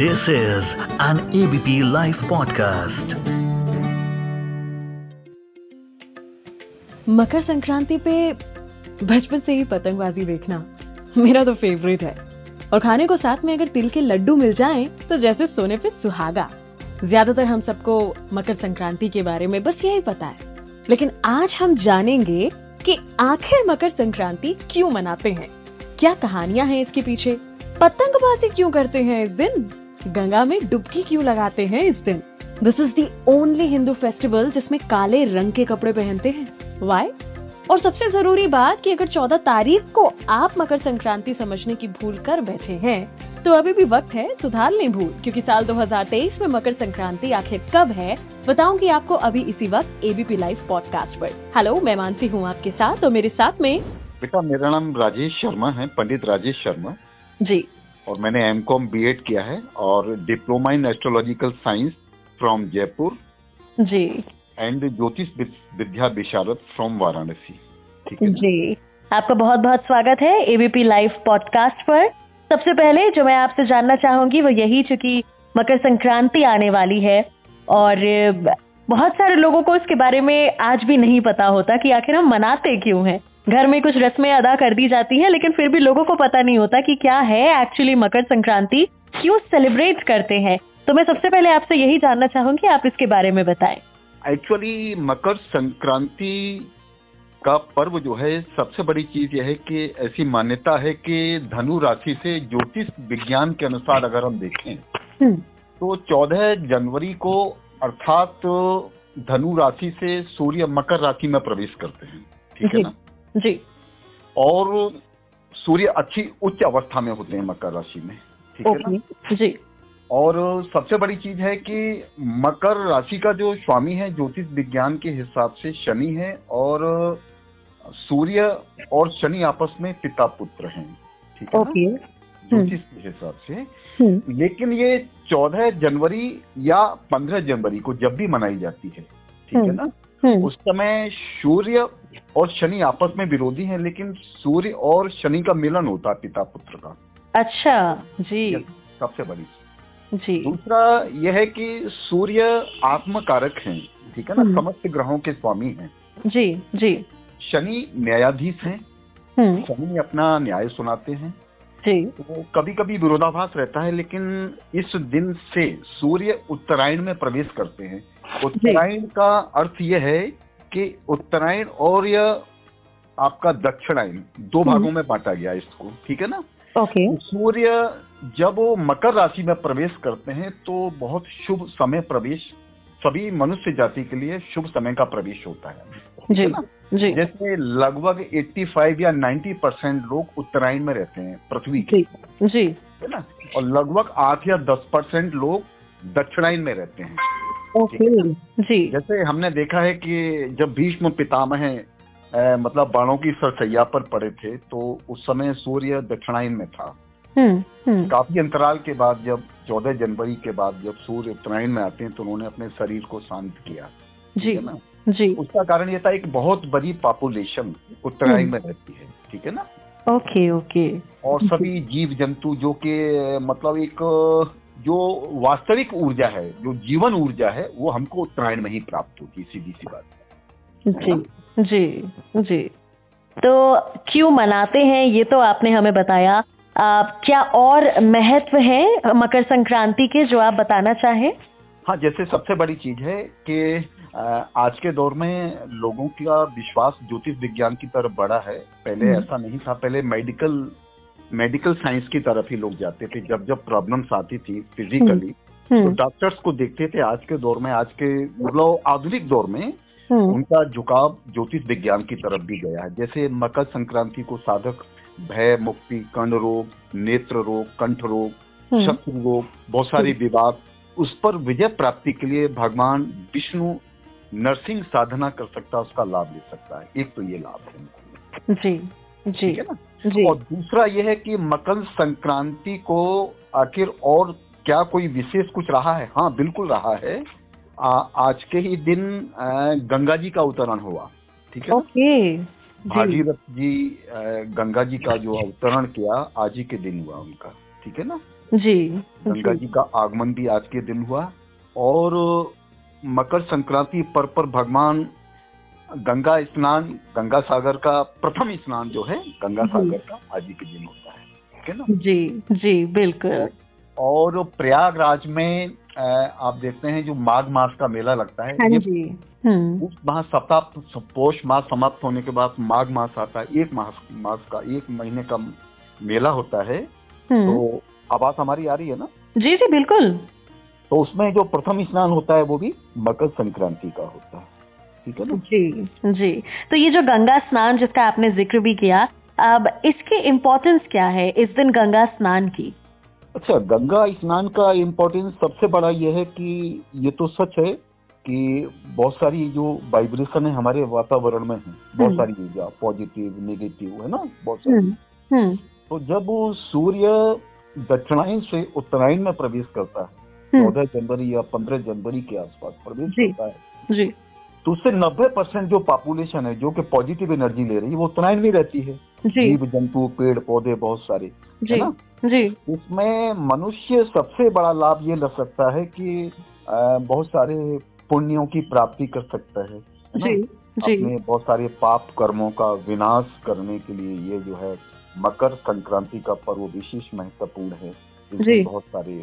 This is an ABP Life podcast. Makar Sankranti पे बचपन से ही पतंगबाजी देखना मेरा तो फेवरेट है और खाने को साथ में अगर तिल के लड्डू मिल जाएं तो जैसे सोने पे सुहागा ज्यादातर हम सबको मकर संक्रांति के बारे में बस यही पता है लेकिन आज हम जानेंगे कि आखिर मकर संक्रांति क्यों मनाते हैं क्या कहानियां हैं इसके पीछे पतंगबाजी क्यों करते हैं इस दिन गंगा में डुबकी क्यों लगाते हैं इस दिन this is the only Hindu festival जिसमें काले रंग के कपड़े पहनते हैं वाई और सबसे जरूरी बात कि अगर 14 तारीख को आप मकर संक्रांति समझने की भूल कर बैठे हैं तो अभी भी वक्त है सुधार लें भूल क्योंकि साल 2023 में मकर संक्रांति आखिर कब है बताऊंगी आपको अभी इसी वक्त एबीपी लाइव पॉडकास्ट पर हेलो मैं मानसी हूँ आपके साथ और मेरे साथ में बेटा मेरा नाम राजेश शर्मा है पंडित राजेश शर्मा जी और मैंने एम कॉम बी एड किया है और diploma in astrological science from Jaipur ji and ज्योतिष विद- विद्या विशारद फ्रॉम वाराणसी ठीक है ना? जी आपका बहुत बहुत स्वागत है एबीपी लाइव पॉडकास्ट पर सबसे पहले जो मैं आपसे जानना चाहूंगी वो यही चूंकि मकर संक्रांति आने वाली है और अ, बहुत सारे लोगों को इसके बारे में आज भी नहीं पता होता कि आखिर हम मनाते क्यों हैं घर में कुछ रस्में अदा कर दी जाती हैं लेकिन फिर भी लोगों को पता नहीं होता कि क्या है एक्चुअली मकर संक्रांति क्यों सेलिब्रेट करते हैं तो मैं सबसे पहले आपसे यही जानना चाहूंगी आप इसके बारे में बताएं एक्चुअली मकर संक्रांति का पर्व जो है सबसे बड़ी चीज यह है कि ऐसी मान्यता है कि धनु राशि से ज्योतिष विज्ञान के अनुसार अगर हम देखें हम्म। तो 14 जनवरी को अर्थात धनु राशि से सूर्य मकर राशि में प्रवेश करते हैं ठीक है जी। ना जी और सूर्य अच्छी उच्च अवस्था में होते हैं मकर राशि में ठीक है ना? ओके जी और सबसे बड़ी चीज है कि मकर राशि का जो स्वामी है ज्योतिष विज्ञान के हिसाब से शनि है और सूर्य और शनि आपस में पिता पुत्र हैं ठीक है ना? ओके ज्योतिष के हिसाब से हम्म। लेकिन ये 14 जनवरी या 15 जनवरी को जब भी मनाई जाती है ठीक है हम्म। ना हम्म। उस समय सूर्य और शनि आपस में विरोधी हैं लेकिन सूर्य और शनि का मिलन होता है पिता पुत्र का अच्छा जी Yes. सबसे बड़ी चीज। जी दूसरा यह है कि सूर्य आत्मकारक हैं ठीक है ना हम्म। समस्त ग्रहों के स्वामी हैं जी जी शनि न्यायाधीश हैं हम्म शनि अपना न्याय सुनाते हैं जी तो कभी कभी विरोधाभास रहता है लेकिन इस दिन से सूर्य उत्तरायण में प्रवेश करते हैं उत्तरायण का अर्थ यह है कि उत्तरायण और यह आपका दक्षिणायन दो भागों में बांटा गया है इसको ठीक है ना ओके सूर्य जब वो मकर राशि में प्रवेश करते हैं तो बहुत शुभ समय प्रवेश सभी मनुष्य जाति के लिए शुभ समय का प्रवेश होता है ठीक है जी ना? जी जैसे लगभग 85 या 90 परसेंट लोग उत्तरायण में रहते हैं पृथ्वी के जी जी है ना और लगभग आठ या दस परसेंट लोग दक्षिणायन में रहते हैं ओके जी जैसे हमने देखा है कि जब भीष्म पितामह अ, मतलब बाणों की सरसैया पर पड़े थे तो उस समय सूर्य दक्षिणायन में था हम्म हम्म काफी अंतराल के बाद जब 14 जनवरी के बाद जब सूर्य उत्तरायण में आते हैं तो उन्होंने अपने शरीर को शांत किया ठीक जी है ना जी उसका कारण ये था एक बहुत बड़ी पॉपुलेशन उत्तरायण में रहती है ठीक है ना ओके ओके और सभी जीव जंतु जो कि मतलब एक जो वास्तविक ऊर्जा है जो जीवन ऊर्जा है वो हमको उत्तरायण में ही प्राप्त होती है सीधी सी बात जी जी जी तो क्यों मनाते हैं ये तो आपने हमें बताया आ, क्या और महत्व है मकर संक्रांति के जो आप बताना चाहें हाँ जैसे सबसे बड़ी चीज है कि अ, आज के दौर में लोगों का विश्वास ज्योतिष विज्ञान की तरफ बढ़ा है पहले हम्म। ऐसा नहीं था पहले मेडिकल मेडिकल साइंस की तरफ ही लोग जाते थे जब जब प्रॉब्लम्स आती थी फिजिकली तो हम्म डॉक्टर्स को देखते थे आज के दौर में आज के मतलब आधुनिक दौर में हम्म उनका झुकाव ज्योतिष विज्ञान की तरफ भी गया है जैसे मकर संक्रांति को साधक भय मुक्ति कर्ण रोग नेत्र रोग कंठ रोग हम्म, शत्रु रोग बहुत सारी विवाद उस पर विजय प्राप्ति के लिए भगवान विष्णु नर्सिंग साधना कर सकता है उसका लाभ ले सकता है एक तो ये लाभ है उनको, जी जी ठीक है ना जी और दूसरा यह है कि मकर संक्रांति को आखिर और क्या कोई विशेष कुछ रहा है हाँ बिल्कुल रहा है आ, आज के ही दिन आ, गंगा जी का अवतरण हुआ ठीक है ना? ओके जी भागीरथ जी अ, गंगा जी का जो अवतरण किया आज ही के दिन हुआ उनका ठीक है ना जी गंगा जी का आगमन भी आज के दिन हुआ और मकर संक्रांति पर पर भगवान गंगा स्नान गंगा सागर का प्रथम स्नान जो है गंगा सागर का आज ही के दिन होता है ठीक है ना जी जी बिल्कुल और प्रयागराज में अ, आप देखते हैं जो माघ मास का मेला लगता है हाँ ये जी हम्म उस माह सप्ताह पोष मास समाप्त होने के बाद माघ मास आता है एक मास मास का एक महीने का मेला होता है हम्म तो आवाज हमारी आ रही है ना जी जी बिल्कुल तो उसमें जो प्रथम स्नान होता है वो भी मकर संक्रांति का होता है ठीक है ना जी जी तो ये जो गंगा स्नान जिसका आपने जिक्र भी किया अब इसकी इम्पोर्टेंस क्या है इस दिन गंगा स्नान की अच्छा गंगा स्नान का इम्पोर्टेंस सबसे बड़ा यह है कि ये तो सच है कि बहुत सारी जो वाइब्रेशन है हमारे वातावरण में है बहुत हम्म। सारी ऊर्जा पॉजिटिव नेगेटिव है ना बहुत सारी हम्म हम्म तो जब वो सूर्य दक्षिणायन से उत्तरायण में प्रवेश करता है हम्म। चौदह जनवरी या पंद्रह जनवरी के आसपास प्रवेश जी। करता है जी तो उससे नब्बे परसेंट जो पॉपुलेशन है जो कि पॉजिटिव एनर्जी ले रही है वो उत्तरायण में रहती है जी जीव जंतु पेड़ पौधे बहुत सारे है जी ना जी इसमें मनुष्य सबसे बड़ा लाभ ये ले सकता है कि अ, बहुत सारे पुण्यों की प्राप्ति कर सकता है है ना? जी जी अपने बहुत सारे पाप कर्मों का विनाश करने के लिए ये जो है मकर संक्रांति का पर्व विशेष महत्वपूर्ण है जी। इसमें बहुत सारे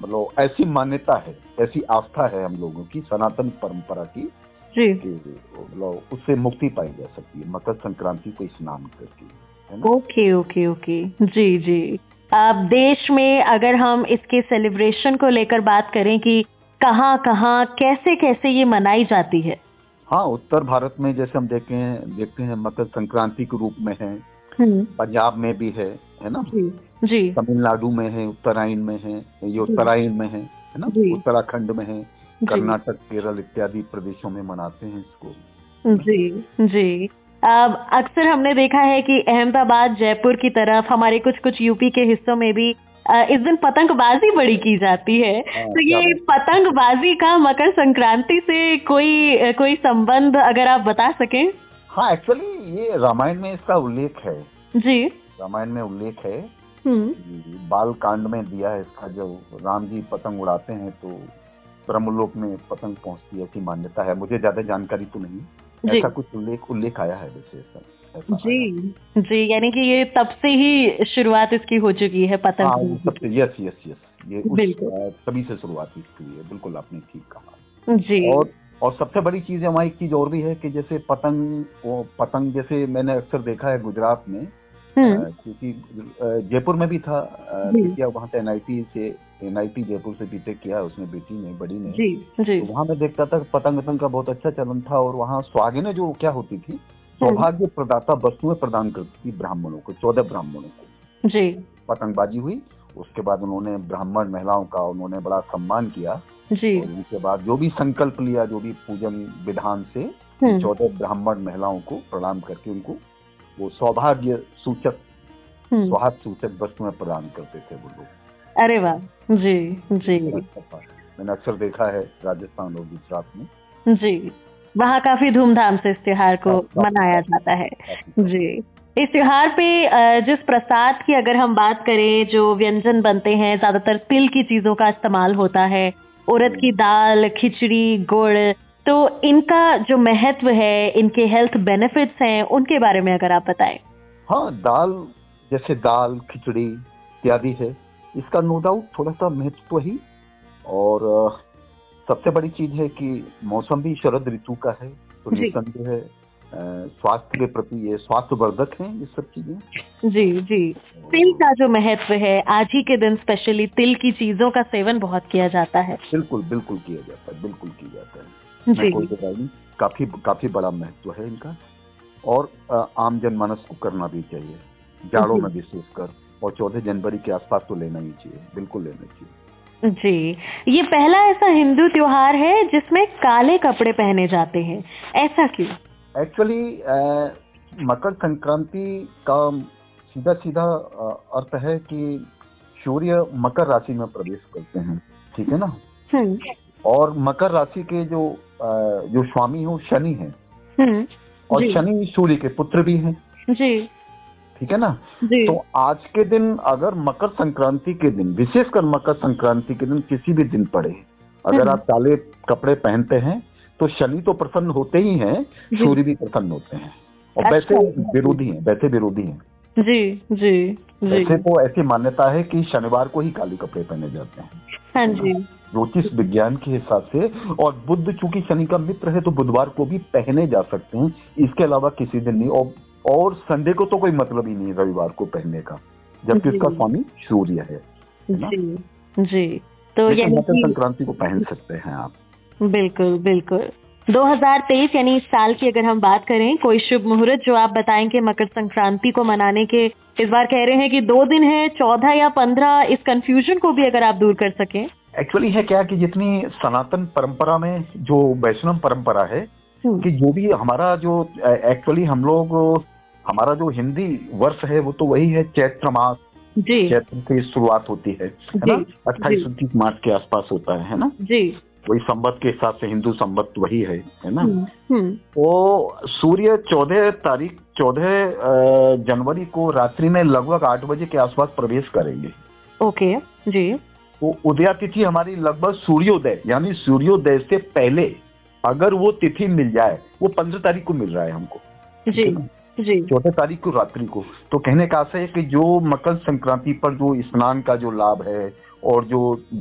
मतलब ऐसी मान्यता है ऐसी आस्था है हम लोगों की सनातन परंपरा की जी कि मतलब उससे मुक्ति पाई जा सकती है मकर संक्रांति को स्नान करके ओके ओके ओके जी जी अब देश में अगर हम इसके सेलिब्रेशन को लेकर बात करें कि कहाँ कहाँ कैसे कैसे ये मनाई जाती है हाँ उत्तर भारत में जैसे हम देखे हैं देखते हैं मकर संक्रांति के रूप में है पंजाब में भी है है ना हम्म, जी जी तमिलनाडु में है उत्तरायण में है ये उत्तरायण में है है ना जी। उत्तराखंड में है कर्नाटक केरल इत्यादि प्रदेशों में मनाते हैं इसको तो जी जी अब अक्सर हमने देखा है कि अहमदाबाद जयपुर की तरफ हमारे कुछ कुछ यूपी के हिस्सों में भी अ, इस दिन पतंगबाजी बड़ी की जाती है तो हाँ, क्या ये बात- पतंगबाजी का मकर संक्रांति से कोई अ, कोई संबंध अगर आप बता सकें हाँ एक्चुअली ये रामायण में इसका उल्लेख है जी रामायण में उल्लेख है हम्म बाल कांड में दिया है इसका जो राम जी पतंग उड़ाते हैं तो ब्रह्मलोक में पतंग पहुंचती है ऐसी मान्यता है मुझे ज्यादा जानकारी तो नहीं जी ऐसा कुछ उल्लेख उल्लेख आया है वैसे ऐसा- ऐसा आया है। जी जी यानी कि ये तब से ही शुरुआत इसकी हो चुकी है हाँ पतंग ये सबसे यस यस यस ये उस बिल्कुल। अ, तभी से शुरुआत इसकी हुई है बिल्कुल आपने ठीक कहा की। जी और और सबसे बड़ी चीज हमारी एक चीज और भी है कि जैसे पतंग वो पतंग जैसे मैंने अक्सर देखा है गुजरात में अ, हम्म क्योंकि अ, जयपुर में भी था अ, जी। बिटिया वहाँ से एनआईटी से एनआईटी जयपुर से बीटेक किया है उसने बेटी ने बड़ी ने जी जी तो वहाँ मैं देखता था कि पतंग पतंग का बहुत अच्छा चलन था और वहाँ स्वागिने जो क्या होती थी हम्म। सौभाग्य प्रदाता वस्तुएं प्रदान करती थी ब्राह्मणों को चौदह ब्राह्मणों को जी पतंगबाजी हुई उसके बाद उन्होंने ब्राह्मण महिलाओं का उन्होंने बड़ा सम्मान किया जी और उनके बाद जो भी संकल्प लिया जो भी पूजन विधान से हम्म चौदह ब्राह्मण महिलाओं को प्रणाम करके उनको वो सौभाग्य सूचक हम्म। स्वाद सूचक वस्तुएं प्रदान करते थे वो लोग अरे वाह जी जी मैंने अक्सर देखा है राजस्थान और गुजरात में जी वहाँ काफी धूमधाम से इस त्योहार को हाँ, मनाया जाता है काफी- जी इस त्योहार पे अ, जिस प्रसाद की अगर हम बात करें जो व्यंजन बनते हैं ज्यादातर तिल की चीजों का इस्तेमाल होता है उड़द की दाल खिचड़ी गुड़ तो इनका जो महत्व है इनके हेल्थ बेनिफिट्स हैं उनके बारे में अगर आप बताएं हाँ दाल जैसे दाल खिचड़ी इत्यादि है इसका नो डाउट थोड़ा सा महत्व ही और अ, सबसे बड़ी चीज है कि मौसम भी शरद ऋतु का है तो जी। निसंदेह है अ, स्वास्थ्य के प्रति ये स्वास्थ्य वर्धक है ये सब चीजें जी जी तिल का जो महत्व है आज ही के दिन स्पेशली तिल की चीजों का सेवन बहुत किया जाता है बिल्कुल बिल्कुल किया जाता है बिल्कुल किया जाता है जी मैं कोई बताई नहीं काफी काफी बड़ा महत्व है इनका और अ, आम जनमानस को करना भी चाहिए जाड़ों जी। में विशेषकर और चौदह जनवरी के आसपास तो लेना ही चाहिए बिल्कुल लेना चाहिए जी ये पहला ऐसा हिंदू त्योहार है जिसमें काले कपड़े पहने जाते हैं ऐसा क्यों एक्चुअली मकर संक्रांति का सीधा सीधा अर्थ है कि सूर्य मकर राशि में प्रवेश करते हैं ठीक है ना हम्म और मकर राशि के जो अ, जो स्वामी हो शनि है हम्म और जी। शनि सूर्य के पुत्र भी हैं जी ठीक है ना जी तो आज के दिन अगर मकर संक्रांति के दिन विशेषकर मकर संक्रांति के दिन किसी भी दिन पड़े अगर हम्म। आप काले कपड़े पहनते हैं तो शनि तो प्रसन्न होते ही हैं जी। सूर्य भी प्रसन्न होते हैं और अच्छा। वैसे विरोधी हैं वैसे विरोधी हैं जी जी जी वैसे तो ऐसी मान्यता है कि शनिवार को ही काले कपड़े पहने जाते हैं हाँ जी ज्योतिष विज्ञान के हिसाब से और बुद्ध चूंकि शनि का मित्र है तो बुधवार को भी पहने जा सकते हैं इसके अलावा किसी दिन नहीं और, और संडे को तो कोई मतलब ही नहीं है रविवार को पहनने का जबकि जी। उसका स्वामी सूर्य है ना? मतलब जी जी तो लेकिन यानी मकर कि- संक्रांति को पहन सकते हैं आप बिल्कुल बिल्कुल 2023 यानी इस साल की अगर हम बात करें कोई शुभ मुहूर्त जो आप बताएंगे मकर संक्रांति को मनाने के इस बार कह रहे हैं कि दो दिन है चौदह या पंद्रह इस कंफ्यूजन को भी अगर आप दूर कर सकें एक्चुअली है क्या कि जितनी सनातन परंपरा में जो वैष्णव परंपरा है हम्म, कि जो भी हमारा जो एक्चुअली हम लोग हमारा जो हिंदी वर्ष है वो तो वही है चैत्र मास जी चैत्र से शुरुआत होती है है ना जी, अट्ठाईस जी। उनतीस मार्च के आसपास होता है है ना जी वही संबत के हिसाब से हिंदू संबत वही है है ना हम्म, हम्म, वो सूर्य चौदह तारीख चौदह जनवरी को रात्रि में लगभग आठ बजे के आसपास प्रवेश करेंगे ओके जी तो उदया तिथि हमारी लगभग सूर्योदय यानी सूर्योदय से पहले अगर वो तिथि मिल जाए वो पंद्रह तारीख को मिल रहा है हमको जी है ना? जी चौदह तारीख को रात्रि को तो कहने का आशय है कि जो मकर संक्रांति पर जो स्नान का जो लाभ है और जो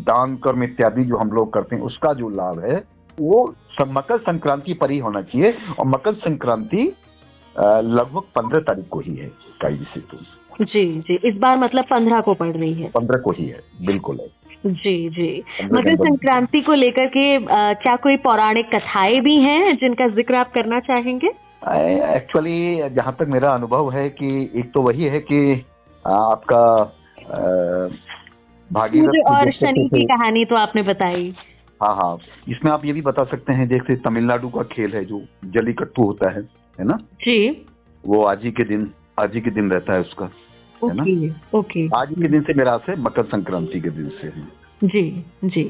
दान कर्म इत्यादि जो हम लोग करते हैं उसका जो लाभ है वो सब मकर संक्रांति पर ही होना चाहिए और मकर संक्रांति अ, लगभग पंद्रह तारीख को ही है इक्कीस से तो जी जी इस बार मतलब पंद्रह को पड़ रही है पंद्रह को ही है बिल्कुल है जी जी 15 मकर जनवरी। संक्रांति को लेकर के अ, क्या कोई पौराणिक कथाएं भी हैं जिनका जिक्र आप करना चाहेंगे एक्चुअली जहाँ तक मेरा अनुभव है कि एक तो वही है कि अ, आपका अ, भागीरथ मुझे की और जो शनि पुत्र की थे, कहानी तो आपने बताई हाँ हाँ इसमें आप ये भी बता सकते हैं जैसे तमिलनाडु का खेल है जो जलीकट्टू होता है है ना जी वो आज ही के दिन आज ही के दिन रहता है उसका है ना? ओके ओके आज ही के दिन से मेरा आशय मकर संक्रांति के दिन से है जी जी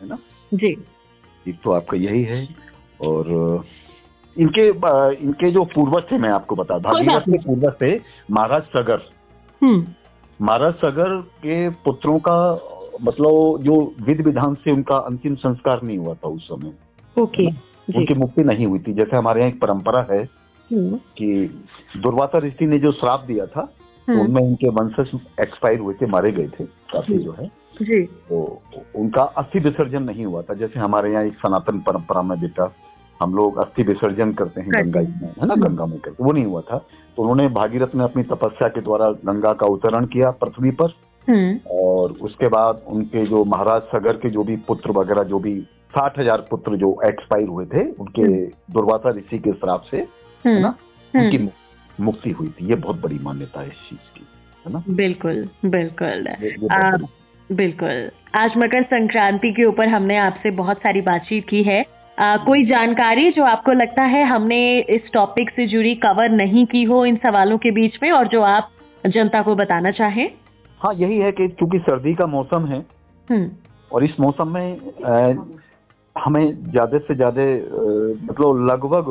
है ना? जी एक तो आपका यही है और अ, इनके अ, इनके जो पूर्वज थे मैं आपको बता कोई बात भागीरथ के पूर्वज थे महाराज सगर हम्म महाराज सगर के पुत्रों का मतलब जो विधि विधान से उनका अंतिम संस्कार नहीं हुआ था उस समय ओके जी उनकी मुक्ति नहीं हुई थी जैसे हमारे यहाँ एक परंपरा है हम्म, कि दुर्वासा ऋषि ने जो श्राप दिया था तो हम्म, उनमें उनके वंशज एक्सपायर हुए थे मारे गए थे काफी हम्म। जो है जी तो उनका अस्थि विसर्जन नहीं हुआ था जैसे हमारे यहाँ एक सनातन परंपरा में बेटा हम लोग अस्थि विसर्जन करते हैं करते हम्म। गंगा हैं। में है ना गंगा में करते वो नहीं हुआ था तो उन्होंने भागीरथ ने अपनी तपस्या के द्वारा गंगा का अवतरण किया पृथ्वी पर हम्म और उसके बाद उनके जो महाराज सगर के जो भी पुत्र वगैरह जो भी साठ हजार पुत्र जो एक्सपायर हुए थे उनके दुर्वासा ऋषि के श्राप से हम्म, ना? उनकी हम्म, मु- मुक्ति हुई थी ये बहुत बड़ी मान्यता है इस चीज की हम्म। बिल्कुल बिल्कुल ये- ये बहुत आ, बड़ी- बिल्कुल आज मकर संक्रांति के ऊपर हमने आपसे बहुत सारी बातचीत की है आ, कोई जानकारी जो आपको लगता है हमने इस टॉपिक से जुड़ी कवर नहीं की हो इन सवालों के बीच में और जो आप जनता को बताना चाहें हाँ यही है कि चूंकि सर्दी का मौसम है हम्म और इस मौसम में अ, हमें ज्यादा से ज्यादा अ, मतलब लगभग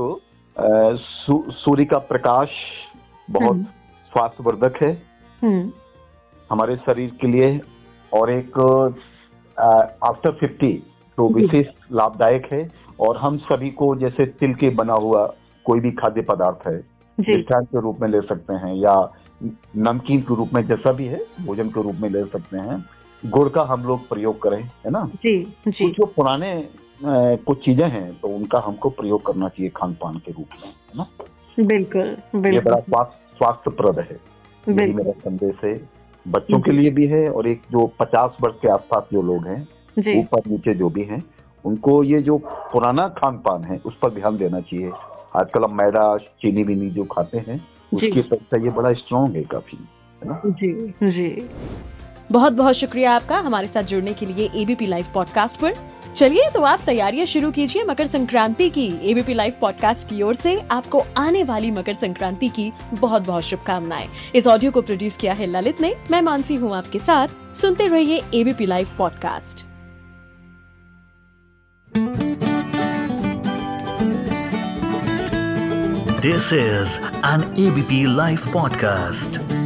अ, सू- सूर्य का प्रकाश बहुत हम्म, स्वास्थ्यवर्धक है हम्म हमारे शरीर के लिए और एक आफ्टर फिफ्टी तो जी। विशेष लाभदायक है और हम सभी को जैसे तिल के बना हुआ कोई भी खाद्य पदार्थ है जी मिष्ठान के रूप में ले सकते हैं या नमकीन के रूप में जैसा भी है भोजन के रूप में ले सकते हैं गुड़ का हम लोग प्रयोग करें है ना जी जी कुछ जो पुराने अ, कुछ चीजें हैं तो उनका हमको प्रयोग करना चाहिए खान पान के रूप में है ना बिल्कुल ये बड़ा बिल्कुल स्वास्थ्य स्वास्थ्यप्रद है यही बिल्कुल मेरा संदेश है बच्चों के लिए भी है और एक जो पचास वर्ष के आसपास जो लोग हैं जी ऊपर नीचे जो भी हैं उनको ये जो पुराना खान पान है उस पर ध्यान देना चाहिए आजकल हम मैदा चीनी बीनी जो खाते हैं जी। उसकी अपेक्षा ये बड़ा स्ट्रांग है काफी जी जी बहुत बहुत शुक्रिया आपका हमारे साथ जुड़ने के लिए एबीपी लाइव पॉडकास्ट पर चलिए तो आप तैयारियां शुरू कीजिए मकर संक्रांति की एबीपी लाइव पॉडकास्ट की ओर से आपको आने वाली मकर संक्रांति की बहुत बहुत शुभकामनाएं इस ऑडियो को प्रोड्यूस किया है ललित ने मैं मानसी हूँ आपके साथ सुनते रहिए ABP live podcast This is an ABP Life podcast.